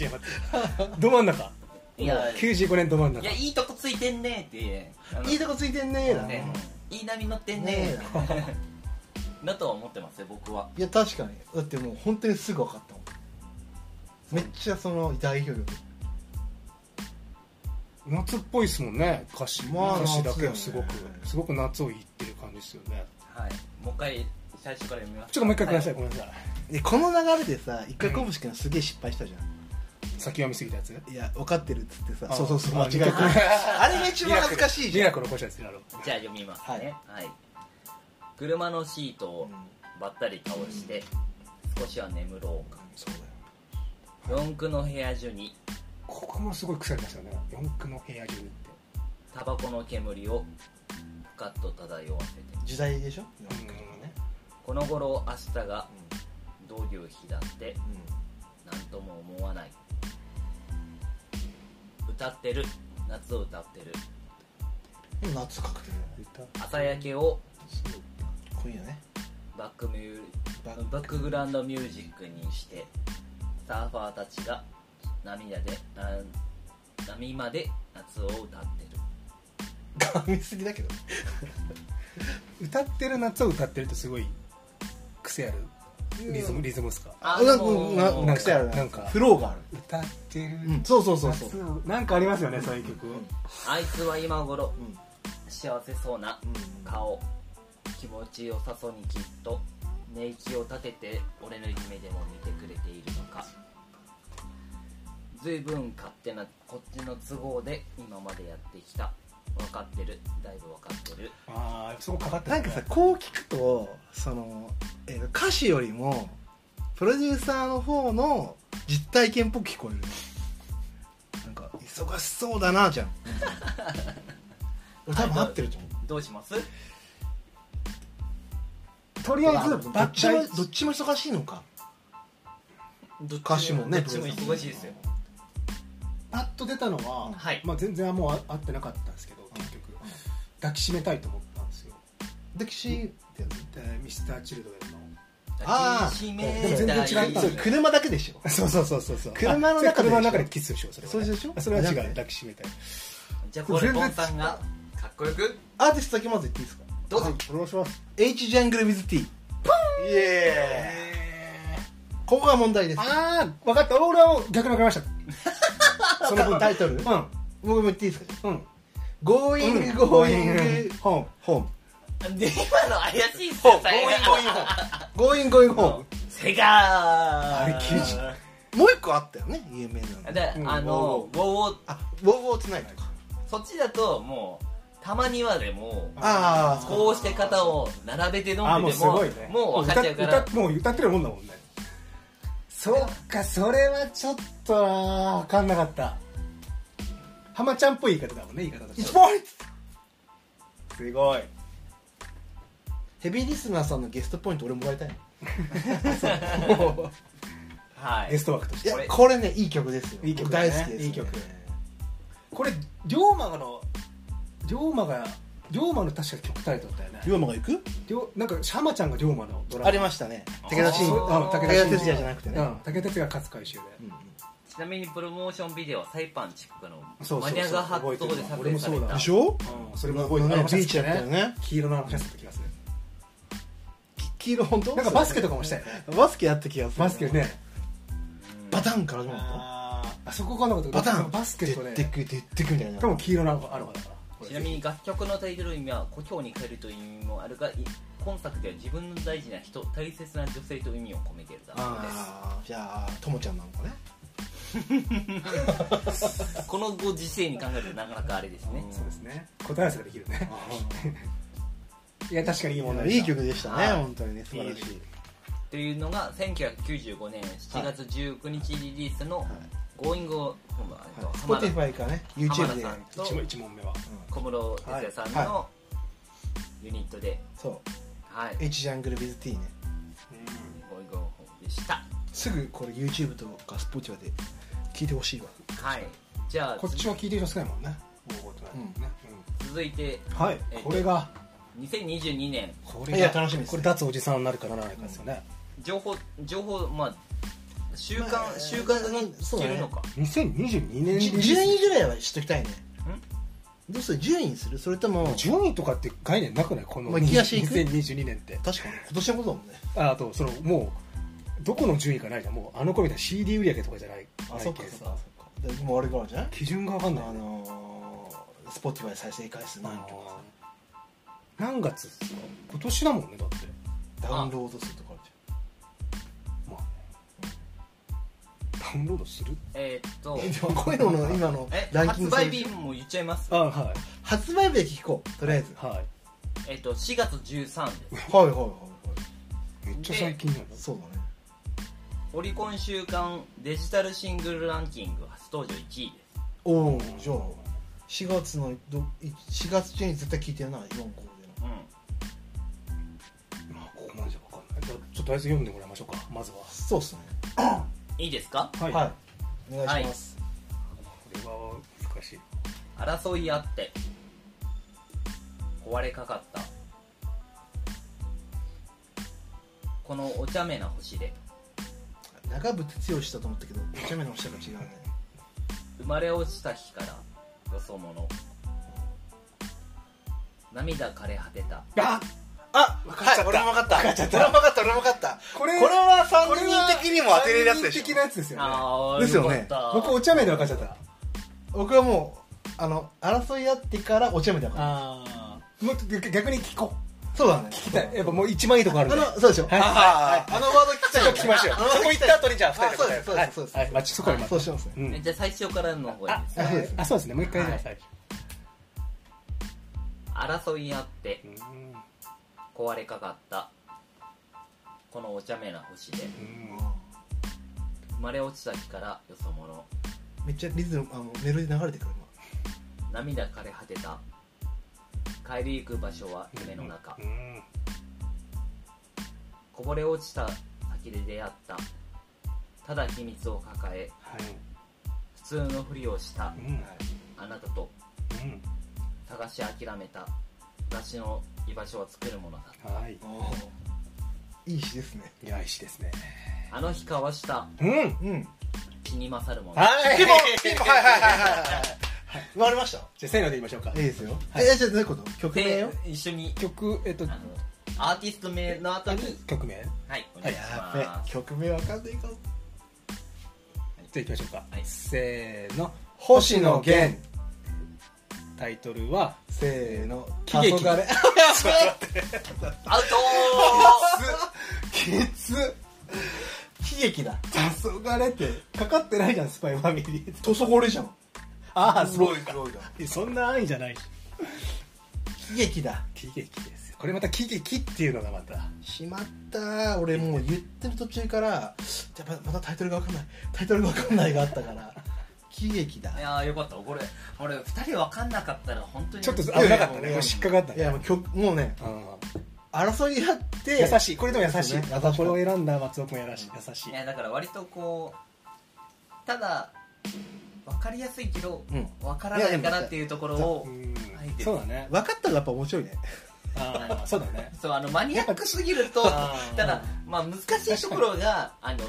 Speaker 3: ど真ん中
Speaker 1: いやい
Speaker 3: 95年ど真ん中
Speaker 1: やいいとこついてんねってあの
Speaker 2: いいとこついてんねーだね
Speaker 1: ねいい波乗ってん
Speaker 2: ね
Speaker 1: ねだとは思ってますよ僕はい
Speaker 2: や確かにだってもう本当にすぐ分かったもんめっちゃその代表曲
Speaker 3: 夏っぽいですもんね歌詞,、
Speaker 2: まあ
Speaker 3: 歌詞だけはすごく、
Speaker 2: 夏だよね
Speaker 3: すごく夏を言ってる感じですよね
Speaker 1: はいもう一回最初から読みます
Speaker 3: ちょっともう一回ください、
Speaker 1: は
Speaker 3: ごめんなさい
Speaker 2: でこの流れでさ一回こぶし君すげえ失敗したじゃん、
Speaker 3: 先読みすぎたやつ
Speaker 2: いや分かってるっつってさ
Speaker 3: あ
Speaker 2: そうそうそう間
Speaker 3: あ
Speaker 2: 違えた
Speaker 3: 似てる
Speaker 2: あれが一番恥ずかしいじゃん
Speaker 3: ミラクルミラクル起こしたやつやろう
Speaker 1: じゃあ読みますねはい、車のシート
Speaker 2: う
Speaker 1: を
Speaker 2: ん
Speaker 1: ばったり倒して少しは眠ろうか
Speaker 2: そうだよ
Speaker 1: 四駆の部屋中に
Speaker 3: ここもすごい腐りましたね四駆の部屋中にって
Speaker 1: タバコの煙をふかっと漂わせて
Speaker 2: 時代でしょ四
Speaker 3: ん
Speaker 2: 駆とかね
Speaker 1: この頃明日がどういう日だって何とも思わない歌ってる夏を歌ってる
Speaker 2: うん、でも夏確定だよね
Speaker 3: 歌
Speaker 1: 朝焼けを
Speaker 2: かっこいいよね
Speaker 1: バックミュ
Speaker 2: バ
Speaker 1: ーバックグラウンドミュージックにしてサーファーたちが涙であ波まで夏を歌ってる
Speaker 2: 噛みすぎだけど
Speaker 3: 歌ってる夏を歌ってるってすごい癖あるリズムリズムっすか
Speaker 1: あ
Speaker 2: な
Speaker 1: で
Speaker 2: んか
Speaker 1: も
Speaker 2: な
Speaker 1: もう
Speaker 2: なんか癖ある
Speaker 3: なんか
Speaker 2: フローがある、
Speaker 3: 歌ってる
Speaker 2: うん、そうそうそうそう
Speaker 3: 夏をなんかありますよねそういう曲
Speaker 2: うん
Speaker 1: あいつは今頃
Speaker 2: うん
Speaker 1: 幸せそうな
Speaker 2: うん
Speaker 1: 顔気持ちよさそうにきっと寝息を立てて俺の夢でも見てくれているのか随分勝手なこっちの都合で今までやってきた分かってるだいぶ分かってる
Speaker 3: ああそこかかって
Speaker 2: なんかさこう聞くとその、えー歌詞よりもプロデューサーの方の実体験っぽく聞こえるねなんか忙しそうだなじ ゃん俺多分合ってると思う
Speaker 1: どうします
Speaker 3: とりあえず
Speaker 2: ど
Speaker 3: バ
Speaker 2: っちも
Speaker 3: ッ
Speaker 2: どっちも忙しいのか歌詞もね
Speaker 1: どっちも忙しいですよ
Speaker 3: パッと出たのは、
Speaker 1: はい
Speaker 3: まあ、全然もう合ってなかったんですけど結局抱きしめたいと思ったんですよ
Speaker 2: 歴史ってやつ
Speaker 3: でミスターチルドレン
Speaker 2: あ
Speaker 1: 抱
Speaker 2: ー
Speaker 1: きしめ
Speaker 3: でも全然
Speaker 1: た
Speaker 3: 違
Speaker 1: い
Speaker 3: った
Speaker 2: そう車だけでしょ
Speaker 3: のそうそうそうそうそう
Speaker 2: 車の中で
Speaker 3: あそれ車の中でキスでしょそれはね
Speaker 2: そうでしょ
Speaker 3: それは違
Speaker 2: じゃ
Speaker 3: う
Speaker 2: あ
Speaker 3: 抱きしめたい
Speaker 1: じゃあこれ
Speaker 2: 全然
Speaker 1: ボ
Speaker 2: 違う
Speaker 1: ンさんがかっこよく
Speaker 2: アーティストだけまず言っていいですか
Speaker 1: どうぞ、
Speaker 3: お願いします
Speaker 2: H ジャングル with T イエーイここが問題です
Speaker 3: ああ分かった俺は逆に分かりましたその分
Speaker 2: タイトル僕
Speaker 3: うん
Speaker 2: も言っていいですか
Speaker 3: うん
Speaker 2: Going Going
Speaker 3: ホ
Speaker 2: Home
Speaker 1: で今の怪しいっすよ最後
Speaker 2: Going Going Home
Speaker 1: セガー
Speaker 3: あれ記事
Speaker 2: もう一個あったよね有名なの
Speaker 1: で
Speaker 3: うん
Speaker 1: あの「ウォーウォー
Speaker 2: あウォーウォーツナイトか
Speaker 1: そっちだともうたまにはでも
Speaker 2: あー
Speaker 1: こうして肩を並べて飲
Speaker 3: あ
Speaker 1: ん
Speaker 3: もう
Speaker 1: ですても
Speaker 3: ごいね
Speaker 1: もう分かっちゃうから
Speaker 3: 歌歌もう歌ってるもんだもんねそうかそれはちょっとな分かんなかった浜ちゃんっぽい言い方だもんね言い方として
Speaker 2: 一 ポイント
Speaker 3: すごい
Speaker 2: ヘビーリスナーさんのゲストポイント俺もらいたいの
Speaker 1: はい
Speaker 3: ゲスト枠とし
Speaker 2: い
Speaker 3: て
Speaker 2: や
Speaker 1: これ
Speaker 2: これねいい曲ですよ
Speaker 3: いい曲
Speaker 2: 僕
Speaker 3: だ
Speaker 2: 大
Speaker 3: ね
Speaker 2: 好きですね
Speaker 3: いい曲これ龍馬の龍馬が龍馬の確か曲タイトルだよね
Speaker 2: 龍馬が行く
Speaker 3: 龍なんか浜ちゃんが龍馬のドラマ
Speaker 2: ありましたね武田信
Speaker 3: そう
Speaker 2: 武
Speaker 3: あ武
Speaker 2: 田
Speaker 3: 田信
Speaker 2: 鉄矢じゃなくてね
Speaker 3: うん武田鉄矢勝つ回収で
Speaker 2: うんうん
Speaker 1: ちなみにプロモーションビデオはサイパンチックの
Speaker 3: そうそうそう
Speaker 1: マニアが発動で撮影され
Speaker 3: 俺もそう
Speaker 1: た
Speaker 3: だ
Speaker 2: でしょ
Speaker 3: うんそれも覚えて
Speaker 2: あの
Speaker 3: る
Speaker 2: ねビーチだったよね
Speaker 3: 黄色の話だった気がする
Speaker 2: き黄色本当
Speaker 3: なんかバスケとかもしたよね
Speaker 2: バスケやった気がする
Speaker 3: バスケね
Speaker 2: バタンから始まっ
Speaker 3: あーあそこかなかった
Speaker 2: たバタン
Speaker 3: バスケと
Speaker 2: で
Speaker 3: ね
Speaker 2: ってくでってくみたいな
Speaker 3: しかも黄色のアルファだから
Speaker 1: ちなみに楽曲のタイトル意味は故郷に帰るという意味もあるがい今作では自分の大事な人大切な女性という意味を込めているだろうです
Speaker 2: ああじゃあともちゃんなのかね
Speaker 1: このご時世に考えるとなかなかあれですね
Speaker 3: そうですね答え合わせができるねいや確かにいいもの
Speaker 2: いい曲でしたね
Speaker 1: はい
Speaker 2: 本当にね素晴らしい
Speaker 1: というのが1995年7月19日リリースの「Going Home」えっと
Speaker 2: ス
Speaker 1: 浜
Speaker 2: ポ
Speaker 1: 田
Speaker 2: ティファイかね YouTube で
Speaker 1: 浜田さん
Speaker 3: 一問一問目は
Speaker 2: うん
Speaker 1: 小室哲哉さんのユニットで
Speaker 2: そ
Speaker 1: 「は
Speaker 2: う
Speaker 1: い、
Speaker 2: H ジャングル with T ね
Speaker 1: ゴイゴイホーでした
Speaker 2: すぐこれ YouTube とか Spotify で聴いてほしいわ
Speaker 1: はいじゃあ
Speaker 3: こっちは聞いてる人少ないもんねもう覚えてないもんね
Speaker 1: 続いて
Speaker 3: うんはい
Speaker 1: えっと
Speaker 3: これが
Speaker 1: 2022年
Speaker 3: こ
Speaker 2: いや楽しみです
Speaker 3: これ脱おじさんになるかならないかですよね
Speaker 1: 情報情報まあ週
Speaker 2: ま
Speaker 1: 刊
Speaker 2: あ
Speaker 1: 週刊に聞けるのか、
Speaker 3: 2022年
Speaker 2: じ
Speaker 3: リリース
Speaker 2: 順位ぐらいはしときたいねどうする順位にするそれとも
Speaker 3: 順位とかって概念なくないこの
Speaker 2: まあ気がしていく
Speaker 3: 2022年って
Speaker 2: 確かに今年のことだもんね
Speaker 3: ああとそのもうどこの順位かないじゃんもうあの頃みたいな CD 売り上げとかじゃないないけどさ
Speaker 2: でもうあれからじゃん
Speaker 3: 基準が分かんない
Speaker 2: あ
Speaker 3: よね
Speaker 2: のスポティファイ再生回数何とか
Speaker 3: 何月っすか今年だもんねだって
Speaker 2: ダウンロード数とかあるじ
Speaker 3: まあダウンロードする
Speaker 1: えーっと
Speaker 2: ゃんえでもこういうのの今の
Speaker 1: え
Speaker 2: ランキン
Speaker 1: 発
Speaker 2: グ
Speaker 1: 売日も言っちゃいます
Speaker 3: あは
Speaker 2: 発売日だけ聞こうとりあえず
Speaker 3: いはい
Speaker 1: えーっと4月13です
Speaker 2: はいはいはいはい
Speaker 3: めっちゃ最近じゃない
Speaker 2: そうだね
Speaker 1: オリコン週間デジタルシングルランキング初登場1位です
Speaker 2: おおじゃあ4月のど4月中に絶対聞いてるな4個でな
Speaker 1: うん
Speaker 3: まあここまでじゃ分かんないじゃあちょっとあえず読んでもらいましょうかまずは
Speaker 2: そうっすね
Speaker 1: いいですか
Speaker 3: は
Speaker 2: はい、お願いします、
Speaker 3: これは難しい
Speaker 1: 争いあって壊れかかったこのお茶目な星で
Speaker 2: 長渕剛だと思ったけどお茶目のおしゃが違うね
Speaker 1: 生まれ落ちた日からよそ者涙枯れ果てた
Speaker 3: あ
Speaker 2: あ
Speaker 4: 分かっちゃった
Speaker 2: はい、俺も分かった
Speaker 4: 分かっちゃった
Speaker 2: 俺も分かった俺も分かった
Speaker 3: これ
Speaker 4: これは三
Speaker 3: これは
Speaker 4: 人的にも当てれるやつでし
Speaker 3: 三人的
Speaker 4: ょ
Speaker 3: なやつですよね
Speaker 1: ああ
Speaker 2: ですよね
Speaker 1: かった
Speaker 3: 僕お茶目で分かっちゃった
Speaker 2: 僕はもうあの争い合ってからお茶目だから
Speaker 3: ああもっと逆逆に聞こ
Speaker 2: そうだ
Speaker 3: う
Speaker 2: ね
Speaker 3: 聞きたいやっぱもう一番いいとこあるん
Speaker 2: あ
Speaker 3: で
Speaker 2: のそうでしょ
Speaker 3: はい
Speaker 4: あ
Speaker 2: あのワード聞きたいよね
Speaker 4: 聞きましょう
Speaker 2: あのワー
Speaker 4: そ
Speaker 2: ド
Speaker 4: こ
Speaker 2: 聞
Speaker 4: 行
Speaker 2: きた
Speaker 4: っ
Speaker 2: い
Speaker 4: た後にじゃあ2人
Speaker 2: あそ
Speaker 4: 答
Speaker 2: う
Speaker 4: え
Speaker 2: で
Speaker 4: を
Speaker 2: すそうですそうです、
Speaker 3: はいまあそこは今
Speaker 2: そうしますね、
Speaker 3: うん
Speaker 1: えじゃあ最初からの方がいい
Speaker 3: あ
Speaker 1: です
Speaker 2: あそうです
Speaker 3: あそうですねもう一回じゃあ最初
Speaker 1: 争いあって
Speaker 3: うん
Speaker 1: 壊れかかったこのお茶目な星で
Speaker 3: うん
Speaker 1: 生まれ落ちた日からよそ者
Speaker 2: めっちゃリズムあのメロディー流れてくる
Speaker 1: 涙枯れ果てた帰り行く場所は夢の中、
Speaker 3: うん
Speaker 1: こぼれ落ちた先で出会ったただ秘密を抱え
Speaker 3: はい
Speaker 1: 普通のふりをした
Speaker 3: うんうん
Speaker 1: あなたと探し諦めた私の居場所を作るものだ
Speaker 3: はい
Speaker 2: 今いい詩ですね
Speaker 3: いや石ですね
Speaker 1: あの日交わした
Speaker 3: うん
Speaker 2: うん
Speaker 1: 気に勝るもの
Speaker 3: はい
Speaker 4: ピンポンピンポンはいはいはいはいはい
Speaker 2: 割れました
Speaker 3: じゃあせーので言いましょうか
Speaker 2: いいですよ、
Speaker 3: はい
Speaker 2: えじゃあどういうこと曲名
Speaker 1: で
Speaker 2: よ
Speaker 1: 一緒に
Speaker 3: 曲えっと
Speaker 1: あのアーティスト名の後に
Speaker 3: 曲名
Speaker 1: はいお願いし
Speaker 2: やべ
Speaker 1: ます
Speaker 2: 曲名わかんないか
Speaker 3: じゃあ行きましょうか、
Speaker 1: はい
Speaker 3: せーの
Speaker 2: 星野源
Speaker 3: タイトルは
Speaker 2: せーの「
Speaker 3: 喜劇
Speaker 2: 黄昏
Speaker 1: アウト
Speaker 3: 「 ケツ」
Speaker 2: 悲劇だ
Speaker 3: 「黄昏」ってかかってないじゃんスパイファミリー
Speaker 2: 塗装これじゃん
Speaker 3: ああすごい
Speaker 2: すごいだ
Speaker 3: そんな安易じゃない
Speaker 2: 悲劇だ
Speaker 3: 喜劇ですこれまた喜劇っていうのがまた
Speaker 2: しまったー俺もう言ってる途中からやっぱまたタイトルがわかんないタイトルがわかんないがあったから喜劇だ
Speaker 1: ー いやーよかったこれ俺2人分かんなかったら本当に
Speaker 3: ちょっと危
Speaker 2: いやいや
Speaker 3: なかったね
Speaker 2: いや
Speaker 3: 引っかかった
Speaker 2: いやも
Speaker 3: ね
Speaker 2: う曲もうね
Speaker 3: うん
Speaker 2: 争いあって
Speaker 3: 優しいこれでも優し
Speaker 2: そう
Speaker 3: い
Speaker 2: ね優しかった
Speaker 3: これを選んだ松尾君優しい優しい
Speaker 1: いやだから割とこうただ分かりやすいけど、
Speaker 2: うん
Speaker 1: 分からないかなっていうところを
Speaker 3: うん
Speaker 1: 入ってる
Speaker 3: そうだね
Speaker 2: 分かったらやっぱ面白いね
Speaker 3: あーそうだね
Speaker 1: そうあのマニアックすぎると
Speaker 3: あー
Speaker 1: ただまあ難しいところがあの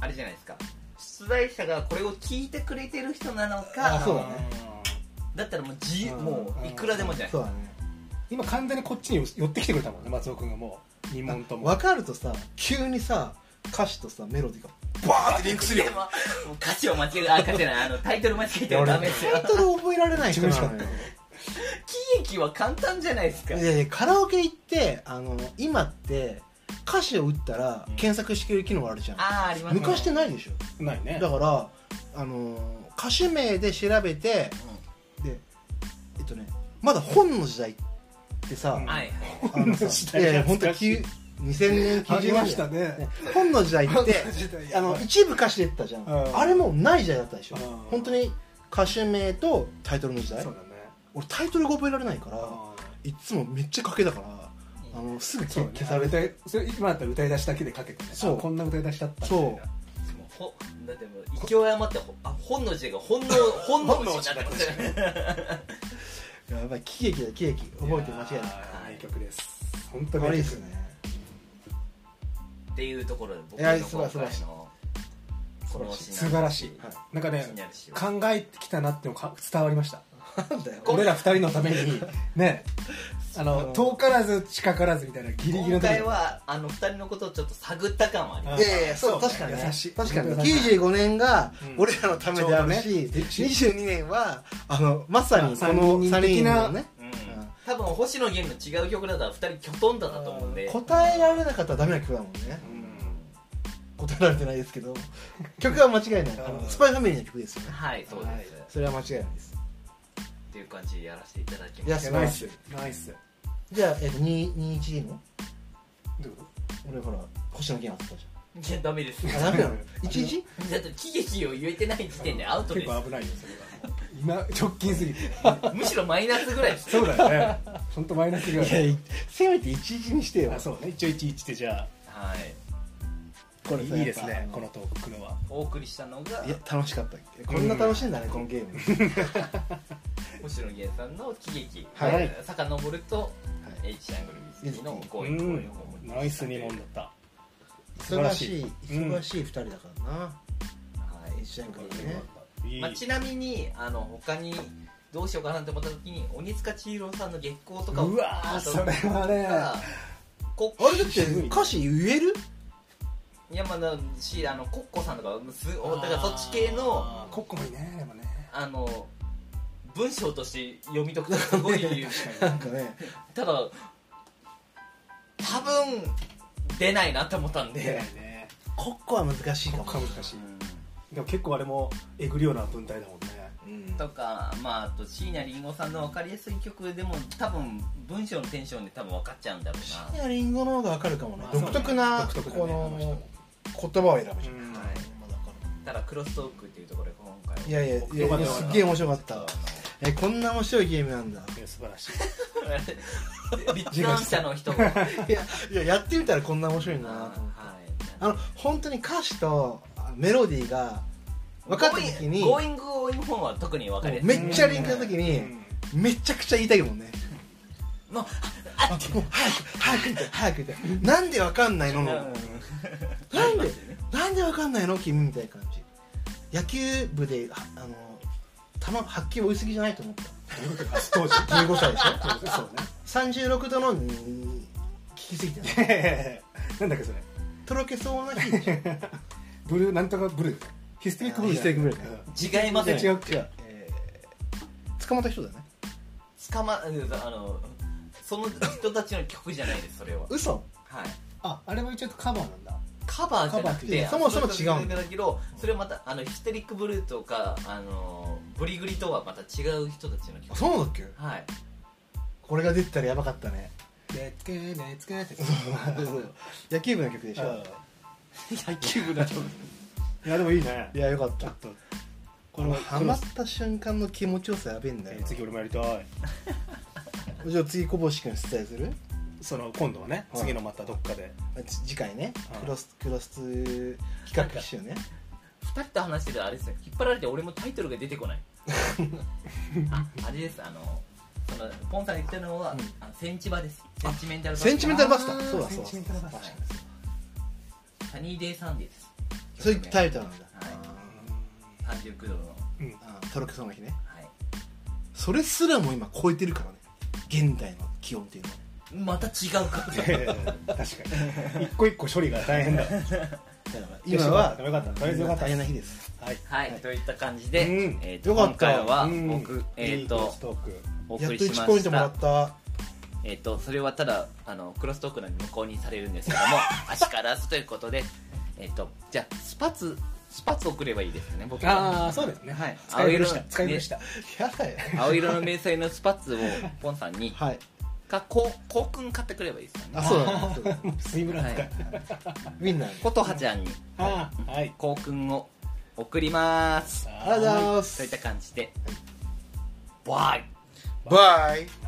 Speaker 1: あれじゃないですか出題者がこれを聞いてくれてる人なの
Speaker 2: あ
Speaker 1: か
Speaker 2: そうだね
Speaker 1: だったらもう自由
Speaker 3: うん
Speaker 1: もういくらでもじゃない
Speaker 2: そうだね
Speaker 3: 今完全にこっちに寄ってきてくれたもんね松尾君がもう2問とも
Speaker 2: 分かるとさ急にさ歌詞とさメロディーが
Speaker 4: バーってリンクするよ
Speaker 1: でももう歌詞を間違えあ歌詞じゃないあのタイトル間違えてはダメですよ
Speaker 2: タイトル覚えられない人なのよ
Speaker 1: 喜劇は簡単じゃないですか
Speaker 2: いやいやカラオケ行ってあの今って歌詞を打ったら検索してくれる機能があるじゃん、
Speaker 1: ああありますね
Speaker 2: 昔ってないでしょ
Speaker 3: ないね
Speaker 2: だからあの歌手名で調べてでえっとねまだ本の時代ってさ
Speaker 3: う
Speaker 1: うんんはい
Speaker 2: あのさ
Speaker 3: 本の時
Speaker 2: い
Speaker 3: 代
Speaker 2: やいや本
Speaker 3: 懐
Speaker 2: 当
Speaker 3: かしい
Speaker 2: 2000年90
Speaker 3: あり
Speaker 2: 年
Speaker 3: ましたね
Speaker 2: 本の時代って あ
Speaker 3: あの
Speaker 2: の一部歌詞出てたじゃん、
Speaker 3: うん
Speaker 2: あれもうない時代だったでしょ、
Speaker 3: うん
Speaker 2: 本当に歌手名とタイトルの時代
Speaker 3: そうだね
Speaker 2: 俺タイトルが覚えられないから、
Speaker 3: あ
Speaker 2: いつもめっちゃ賭けだからあのすぐ
Speaker 3: そう
Speaker 2: 消
Speaker 3: ね
Speaker 2: 消され
Speaker 3: 歌
Speaker 2: て
Speaker 3: いそれ今だったら歌い出しだけで書けてね
Speaker 2: そう
Speaker 3: あこんな歌い出しだった
Speaker 2: そう
Speaker 3: みたいな
Speaker 1: もうほだってもう勢い余ってほあ本の字が本能本能字になってますよね
Speaker 2: やばい喜劇だ喜劇覚えて間違いない
Speaker 3: いやーい曲です本当
Speaker 2: こ
Speaker 3: に
Speaker 2: れいい
Speaker 3: い
Speaker 2: で
Speaker 3: い
Speaker 2: す
Speaker 3: 曲
Speaker 2: ね
Speaker 1: っていうところで僕
Speaker 2: いや
Speaker 1: の
Speaker 2: 素
Speaker 1: 今
Speaker 2: 晴らしい
Speaker 1: 回のこの
Speaker 3: 素晴らしい
Speaker 1: い
Speaker 3: なんかね
Speaker 1: 気になるし
Speaker 3: 考えてきたなってのが伝わりました
Speaker 2: なんだよ
Speaker 3: 俺ら二人のためにねあの遠からず近からずみたいなギリギリの
Speaker 1: 今
Speaker 3: とこ
Speaker 1: 回はあの二人のことをちょっと探った感はあります
Speaker 2: いやいやそう
Speaker 3: そう
Speaker 2: 確かにね
Speaker 3: 優しい
Speaker 2: 確かに
Speaker 3: 優しい
Speaker 2: 95年が
Speaker 3: うん
Speaker 2: 俺らのためであるし、
Speaker 3: ちょう
Speaker 2: 22年はあのまさにこ
Speaker 3: あ
Speaker 2: の
Speaker 3: 三人
Speaker 2: 3人のね
Speaker 1: うん多分星野源の違う曲だったら二人きょとんだったと思うんで
Speaker 2: 答えられなかったらダメな曲だもんね
Speaker 3: うん
Speaker 2: 答えられてないですけど曲は間違いないあ
Speaker 3: う
Speaker 2: の
Speaker 3: ん
Speaker 2: スパイファミリーの曲ですよね
Speaker 1: はいそうです、
Speaker 2: それは間違いないです
Speaker 1: っていう感じでやらせていただき
Speaker 2: い
Speaker 1: ま
Speaker 2: や
Speaker 1: す
Speaker 2: 素晴
Speaker 3: ナイ
Speaker 2: ら
Speaker 3: ス
Speaker 2: しい
Speaker 3: ナイス
Speaker 2: じゃあ、えっと、2 2 1の
Speaker 3: どういうこ
Speaker 2: 俺ほら星野源あったじ
Speaker 1: いやダメです
Speaker 2: ゃんあダメなの1
Speaker 1: だって喜劇を言えてない時点でアウト
Speaker 3: と
Speaker 1: で
Speaker 3: 結
Speaker 1: す
Speaker 3: 構危ないよそれは今直近すぎて
Speaker 1: むしろマイナスぐらいです
Speaker 3: そうだよね本当マイナスぐらい
Speaker 2: 1せめて1 1にしてよ
Speaker 3: あそうね一応11でじゃあ
Speaker 1: はい
Speaker 2: これ
Speaker 3: い
Speaker 2: さ
Speaker 3: いです
Speaker 2: やっ
Speaker 3: ね
Speaker 2: ぱ
Speaker 3: このトークのは
Speaker 1: お送りしたのが
Speaker 2: いや楽しかったこんな楽しいんだね、このゲーム
Speaker 1: 星野源さんの喜劇
Speaker 2: はい
Speaker 1: で遡ると
Speaker 2: は
Speaker 1: H アングル水着の
Speaker 3: う
Speaker 1: 恋恋
Speaker 3: ん
Speaker 1: を思い出
Speaker 3: ナイス2問
Speaker 1: は
Speaker 3: だった素晴
Speaker 2: 忙
Speaker 3: ら
Speaker 2: し
Speaker 3: しい
Speaker 2: い忙しい2人だからな、
Speaker 1: い
Speaker 2: 一緒やんかね
Speaker 3: いい
Speaker 1: まあ、ちなみにあの他にどうしようかなって思った時に鬼塚千尋さんの月光とかを
Speaker 3: うわーそれはね
Speaker 1: こ
Speaker 2: あれだって歌詞言える
Speaker 1: いやまあだしあのコッコさんとかすおだからそっち系の
Speaker 3: コッコもいいねでもね
Speaker 1: あの文章として読み解くのがすごい
Speaker 2: なんかね
Speaker 1: ただ多分出ないなって思ったん
Speaker 3: 出な
Speaker 1: で
Speaker 3: いね
Speaker 2: コッコは難しいか
Speaker 3: コ
Speaker 2: も
Speaker 3: ッコは難しいでも結構あれもえぐるような文体だもんね
Speaker 2: うん
Speaker 1: とかまああと椎名林檎さんの分かりやすい曲でも多分文章のテンションで多分分かっちゃうんだろう
Speaker 2: いやリンゴの方がわかるかもね
Speaker 3: まあ
Speaker 2: 独特な
Speaker 3: 独特だね
Speaker 2: こ
Speaker 3: あの人
Speaker 2: の
Speaker 3: も
Speaker 2: 言葉を選ぶじゃん
Speaker 3: うん
Speaker 2: ま
Speaker 1: はい
Speaker 2: あだから
Speaker 1: なただクロストークっていうところで今回
Speaker 2: いやいやい
Speaker 3: よかっ
Speaker 2: やい
Speaker 3: たよか
Speaker 2: や
Speaker 3: った
Speaker 2: すっげえ面白かったえこんな面白いゲームなんだ
Speaker 3: いや素晴らしい
Speaker 1: 立案者の人もはい
Speaker 2: いやいややってみたらこんな面白いんだなと思ってあの本当に歌詞とあメロディーが分かった時に
Speaker 1: Going on 本は特に分かりやすい
Speaker 2: めっちゃリンクの時にめちゃくちゃ言いたいもんね
Speaker 1: もう
Speaker 2: あもう早く早くみたい早くみたいなんでわかんないのなんで
Speaker 1: あり ますよね
Speaker 2: なんでわかんないの君みたいな感じ野球部でああの球発球追いすぎじゃないと思った
Speaker 3: 当時
Speaker 2: 15歳でしょ
Speaker 3: そう
Speaker 2: 36度のに聞きすぎてない
Speaker 3: ねなんだっけそれ
Speaker 2: とろけそうな日で しょ
Speaker 3: ブルーなんとかブルーヒステリックブルー
Speaker 2: ヒステリックブルーね
Speaker 3: うん
Speaker 1: 違いません
Speaker 3: 違うっけ
Speaker 2: えー捕まった人だね
Speaker 1: 捕まあのその人たちの曲じゃないですそれは
Speaker 2: 嘘
Speaker 1: はい
Speaker 3: ああれも一応カバーなんだ
Speaker 1: カバーじゃなくて
Speaker 2: カバーってそもそも違うんだ
Speaker 1: だけどそれまたあのヒステリックブルーとかあのブリグリとはまた違う人たちの曲
Speaker 2: あそうだっけ
Speaker 1: はい
Speaker 2: これが出てたらやばかった ね
Speaker 3: でつけねつけねって
Speaker 2: 野球部の曲でしょ
Speaker 1: 野球部だと
Speaker 3: いやでもいいね
Speaker 2: いやよかっ
Speaker 3: ちょ
Speaker 2: た
Speaker 3: っと
Speaker 2: これハマった瞬間の気持ちよさやべえんだ
Speaker 3: え
Speaker 2: よ
Speaker 3: ー
Speaker 2: な
Speaker 3: 次俺もやりたい
Speaker 2: じゃあ次こぼし君出題する
Speaker 3: その今度はね
Speaker 2: はい
Speaker 3: 次のまたどっかで
Speaker 2: あち次回ね
Speaker 3: はい
Speaker 2: クロスクロスツー企画しようね
Speaker 1: 2人と話してるあれですね引っ張られて俺もタイトルが出てこ ないああれですあのそのポンさんが言ってるのは、
Speaker 2: うん
Speaker 1: あのセンチバですセンチメンタルバ
Speaker 2: センチメンタルバスタ
Speaker 3: あー
Speaker 2: そうだそう
Speaker 3: セ
Speaker 2: だ
Speaker 3: ンチメンタルバス
Speaker 1: サニーデイサンデーです
Speaker 2: そういうタイトルなんだ
Speaker 1: はい39度の
Speaker 3: うん
Speaker 2: あーあーとろけそうな日ね
Speaker 1: はい
Speaker 2: それすらも今超えてるからね現代の気温っていうのはね
Speaker 1: また違う か
Speaker 3: いやいやいや確かに一個一個処理が大 変だ
Speaker 2: だから
Speaker 3: よし
Speaker 2: 今
Speaker 3: よかっ
Speaker 2: は
Speaker 3: たよかったとりあえずよかった
Speaker 2: 大変な日です
Speaker 3: はい
Speaker 1: はい、
Speaker 2: はい
Speaker 1: といった感じで、
Speaker 3: うん
Speaker 1: えーと
Speaker 2: よかった
Speaker 1: 今回は
Speaker 3: うん
Speaker 1: 僕、え
Speaker 3: い
Speaker 1: ー、
Speaker 3: いクロ
Speaker 1: と
Speaker 3: ストーク
Speaker 1: お
Speaker 2: や
Speaker 1: 送り
Speaker 2: っと
Speaker 1: しま
Speaker 2: 1ポイン
Speaker 1: し
Speaker 2: トも
Speaker 1: た
Speaker 2: らった
Speaker 1: えー、とそれはただあのクロストークの無効にされるんですけ ども足からずということで、えー、とじゃあスパツスパツ送ればいいですね僕は
Speaker 3: あそうですね
Speaker 1: はい
Speaker 3: 使い古し
Speaker 1: 青色
Speaker 3: た
Speaker 1: の
Speaker 3: 使い古した
Speaker 2: やだよ
Speaker 1: 青色の迷彩のスパッツ をポンさんに
Speaker 2: はい
Speaker 1: かこうこうくん買ってくればいいですよね
Speaker 2: あ そうだねそうだね
Speaker 3: もう水村
Speaker 1: は
Speaker 3: 使
Speaker 1: い
Speaker 3: い
Speaker 2: みんな
Speaker 1: 琴葉ちゃんに
Speaker 3: あーはい
Speaker 1: こうくんを送ります
Speaker 2: ありがとうございま
Speaker 1: とい
Speaker 2: す
Speaker 1: った感じでバイ
Speaker 4: バイ
Speaker 3: バイ